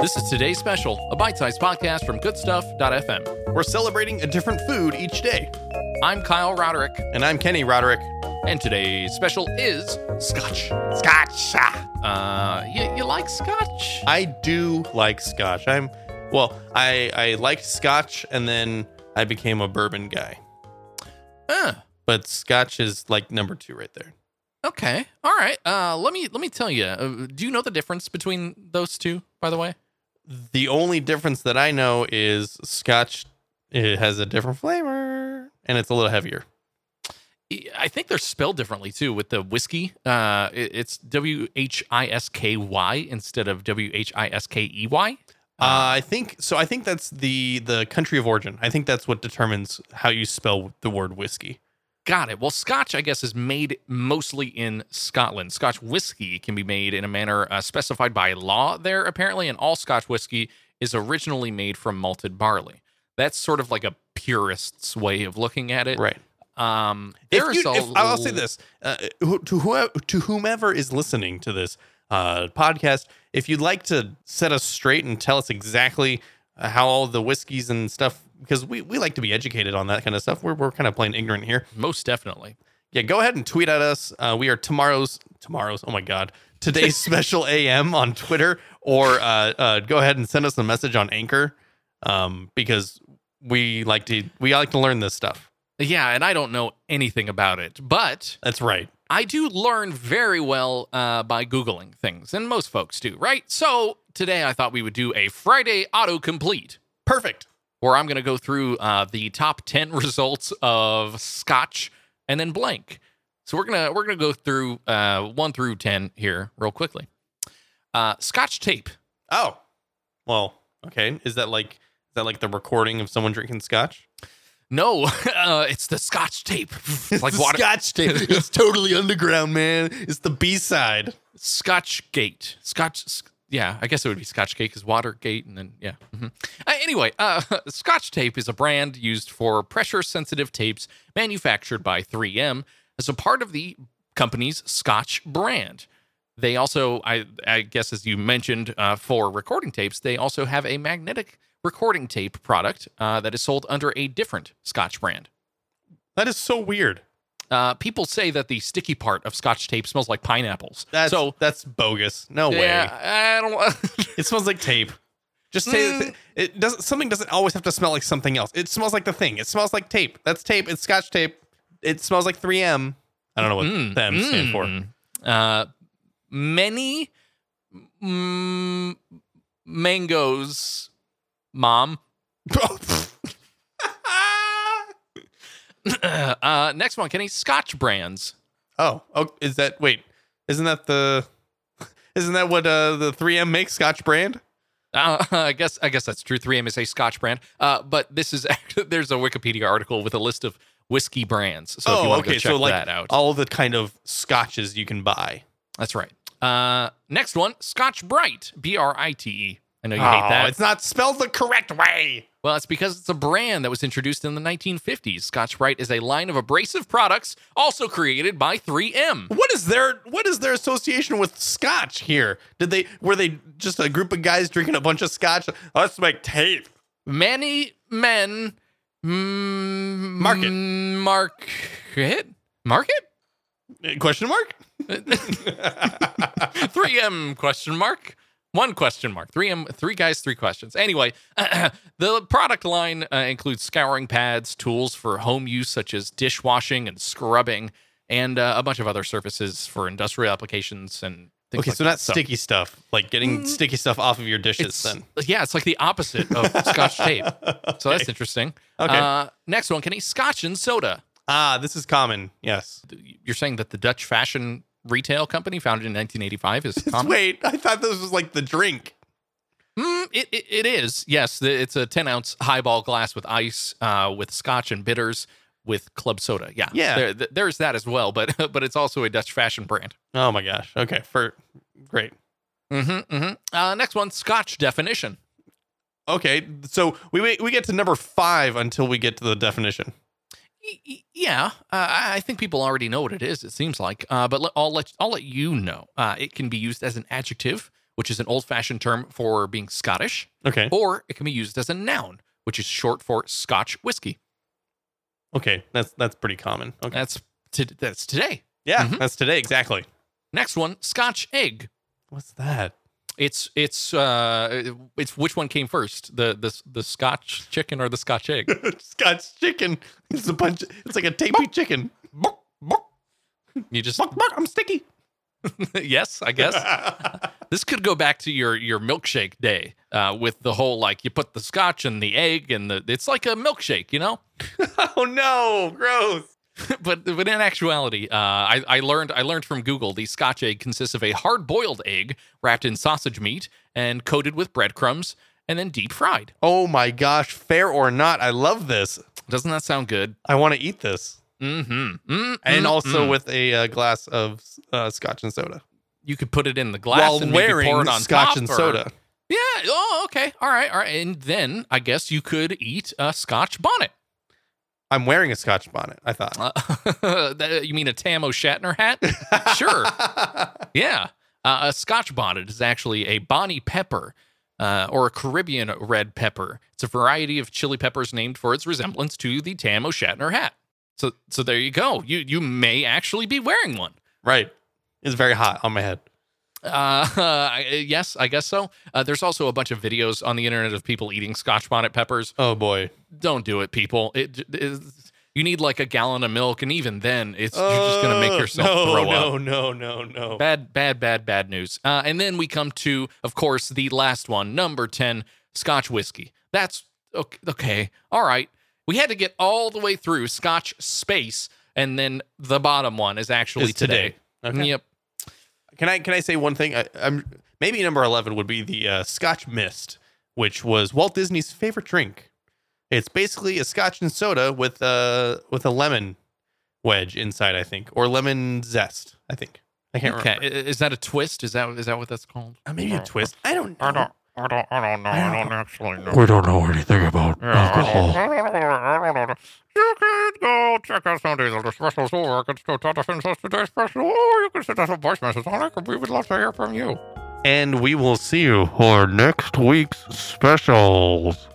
This is today's special, a bite sized podcast from goodstuff.fm. We're celebrating a different food each day. I'm Kyle Roderick, And I'm Kenny Roderick. and today's special is Scotch. Scotch. Uh, you, you like Scotch? I do like scotch. I'm well, I I liked scotch and then I became a bourbon guy. Uh, But scotch is like number 2 right there. okay, all right. Uh, let me let me tell you. Uh, do you know the difference between those two? By the way, The only difference that I know is scotch it has a different flavor and it's a little heavier. I think they're spelled differently too. With the whiskey, uh, it, it's W H I S K Y instead of W H I S K E Y. Uh, I think so. I think that's the the country of origin. I think that's what determines how you spell the word whiskey. Got it. Well, Scotch, I guess, is made mostly in Scotland. Scotch whiskey can be made in a manner uh, specified by law there, apparently, and all Scotch whiskey is originally made from malted barley. That's sort of like a purist's way of looking at it. Right. Um, If there is you, a if, I'll say l- this uh, who- to whoever, to whomever is listening to this uh, podcast, if you'd like to set us straight and tell us exactly uh, how all the whiskeys and stuff, because we, we like to be educated on that kind of stuff. We're, we're kind of playing ignorant here. Most definitely. Yeah, go ahead and tweet at us. Uh, we are tomorrow's tomorrow's. Oh my god, today's special AM on Twitter, or uh, uh, go ahead and send us a message on Anchor, um, because we like to we like to learn this stuff. Yeah, and I don't know anything about it, but That's right. I do learn very well uh, by Googling things, and most folks do, right? So today I thought we would do a Friday autocomplete. Perfect. where I'm going to go through uh, the top 10 results of Scotch and then blank. So we're gonna we're gonna go through uh, one through ten here real quickly. Uh, Scotch tape. Oh, well, okay. Is that like is that like the recording of someone drinking scotch? No, uh, it's the Scotch tape. It's like the water. scotch tape. it's totally underground, man. It's the B side. Scotch Gate. Scotch. sc- Yeah, I guess it would be Scotch Gate because Watergate, and then yeah. Mhm. Uh, anyway, uh, Scotch Tape is a brand used for pressure-sensitive tapes manufactured by 3M as a part of the company's Scotch brand. They also, I, I guess, as you mentioned, uh, for recording tapes, they also have a magnetic recording tape product uh, that is sold under a different Scotch brand. That is so weird. Uh, people say that the sticky part of Scotch tape smells like pineapples. That's so that's bogus. No way. yeah, I don't. It smells like tape. Just say Mm. it doesn't. Something doesn't always have to smell like something else. It smells like the thing. It smells like tape. That's tape. It's Scotch tape. It smells like 3M. I don't know what Mm, the M stand for. mm. Uh, many mm, mangoes, mom. Mm. uh, next one, Kenny. Scotch brands. oh, oh, is that wait? Isn't that the? Isn't that what uh, the 3M makes Scotch brand? Uh, I guess I guess that's true. 3M is a Scotch brand, uh, but this is actually, there's a Wikipedia article with a list of whiskey brands. So Oh, if you want to go check that out, all the kind of scotches you can buy. that's right. Uh, next one, Scotch Bright, B R I T E. I know you Oh, hate that. It's not spelled the correct way. Well, it's because it's a brand that was introduced in the 1950s. Scotch Brite is a line of abrasive products also created by 3M. What is their what is their association with scotch here? Did they were they just a group of guys drinking a bunch of scotch? Let's make tape. Many men mm, Market. market market Eh, Question mark? 3M question mark. One question mark. 3M, three guys, three questions. Anyway, the product line uh, includes scouring pads, tools for home use such as dishwashing and scrubbing, and uh, a bunch of other surfaces for industrial applications and things Okay, like so that. not sticky stuff. Like getting sticky stuff off of your dishes Mm. It's- then. Yeah, it's like the opposite of scotch tape. So that's interesting. Okay. Uh, next one, Kenny. Scotch and soda. Ah, this is common. Yes. You're saying that the Dutch fashion retail company founded in 1985 is common? Wait, I thought this was like the drink. Mm, it, it, it is. Yes, th- it's a 10 ounce highball glass with ice, uh, with scotch and bitters, with club soda. Yeah, Yeah. There, th- there's that as well, but but it's also a Dutch fashion brand. Oh my gosh. Okay, for great. Mm-hmm, mm-hmm. Uh, next one, Scotch definition. Okay, so we- we we get to number 5 until we get to the definition. Y- y- Yeah, uh, I I think people already know what it is. It seems like, uh, but let, I'll let I'll let you know. Uh, it can be used as an adjective, which is an old fashioned term for being Scottish, Okay. or it can be used as a noun, which is short for Scotch whiskey. Okay. That's that's pretty common. Okay. That's to, that's today. Yeah, Mhm. that's today exactly. Next one, Scotch egg. What's that? It's it's uh it's which one came first, the the the Scotch chicken or the Scotch egg? Scotch chicken. It's a bunch. It's like a tapey chicken. Bawk, bawk. you just Buck, buck, I'm sticky. yes, I guess. This could go back to your your milkshake day uh, with the whole like you put the scotch and the egg and the it's like a milkshake, you know. oh no, gross. but but in actuality, uh, I I learned I learned from Google the scotch egg consists of a hard boiled egg wrapped in sausage meat and coated with breadcrumbs and then deep fried. Oh my gosh, fair or not, I love this. Doesn't that sound good? I want to eat this, Mm-hmm. mm and mm, also mm. with a uh, glass of uh, Scotch and soda you could put it in the glass while and maybe wearing pour it on Scotch top and or- soda. Yeah. Oh, okay. All right. All right. And then I guess you could eat a scotch bonnet. I'm wearing a Scotch bonnet. I thought. Uh, that- you mean a Tam O'Shatner hat? sure. Yeah. Uh, a scotch bonnet is actually a Bonnie pepper uh, or a Caribbean red pepper. It's a variety of chili peppers named for its resemblance to the Tam O'Shatner hat. So, so there you go. You you may actually be wearing one. right. It's very hot on my head. Uh, I- yes, I guess so. Uh, there's also a bunch of videos on the internet of people eating scotch bonnet peppers. Oh boy. Don't do it, people. It, it is- you need like a gallon of milk, and even then, it's you're just gonna make Uh, yourself no, throw up. no, No, no, no, Oh. Bad, bad, bad, bad news. Uh, and then we come to, of course, the last one, number 10, Scotch whiskey. That's okay. okay. All right. We had to get all the way through Scotch space, and then the bottom one is actually Is today. Okay. Yep. Can I can I say one thing? I, I'm maybe number eleven would be the uh, Scotch Mist, which was Walt Disney's favorite drink. It's basically a Scotch and soda with a with a lemon wedge inside, I think, or lemon zest. I think I can't Okay. I- remember. Is that a twist? Is that is that what that's called? Uh, maybe a twist. I don't know. I don't, I don't, I don't know. I don't don't actually know. We don't know anything about Yeah, alcohol. I, don't, I, don't, I don't know. You can go check out some diesel specials, or I can still talk to some today's special, or you can send us a voice message on it, and we would love to hear from you. And we will see you. For next week's specials.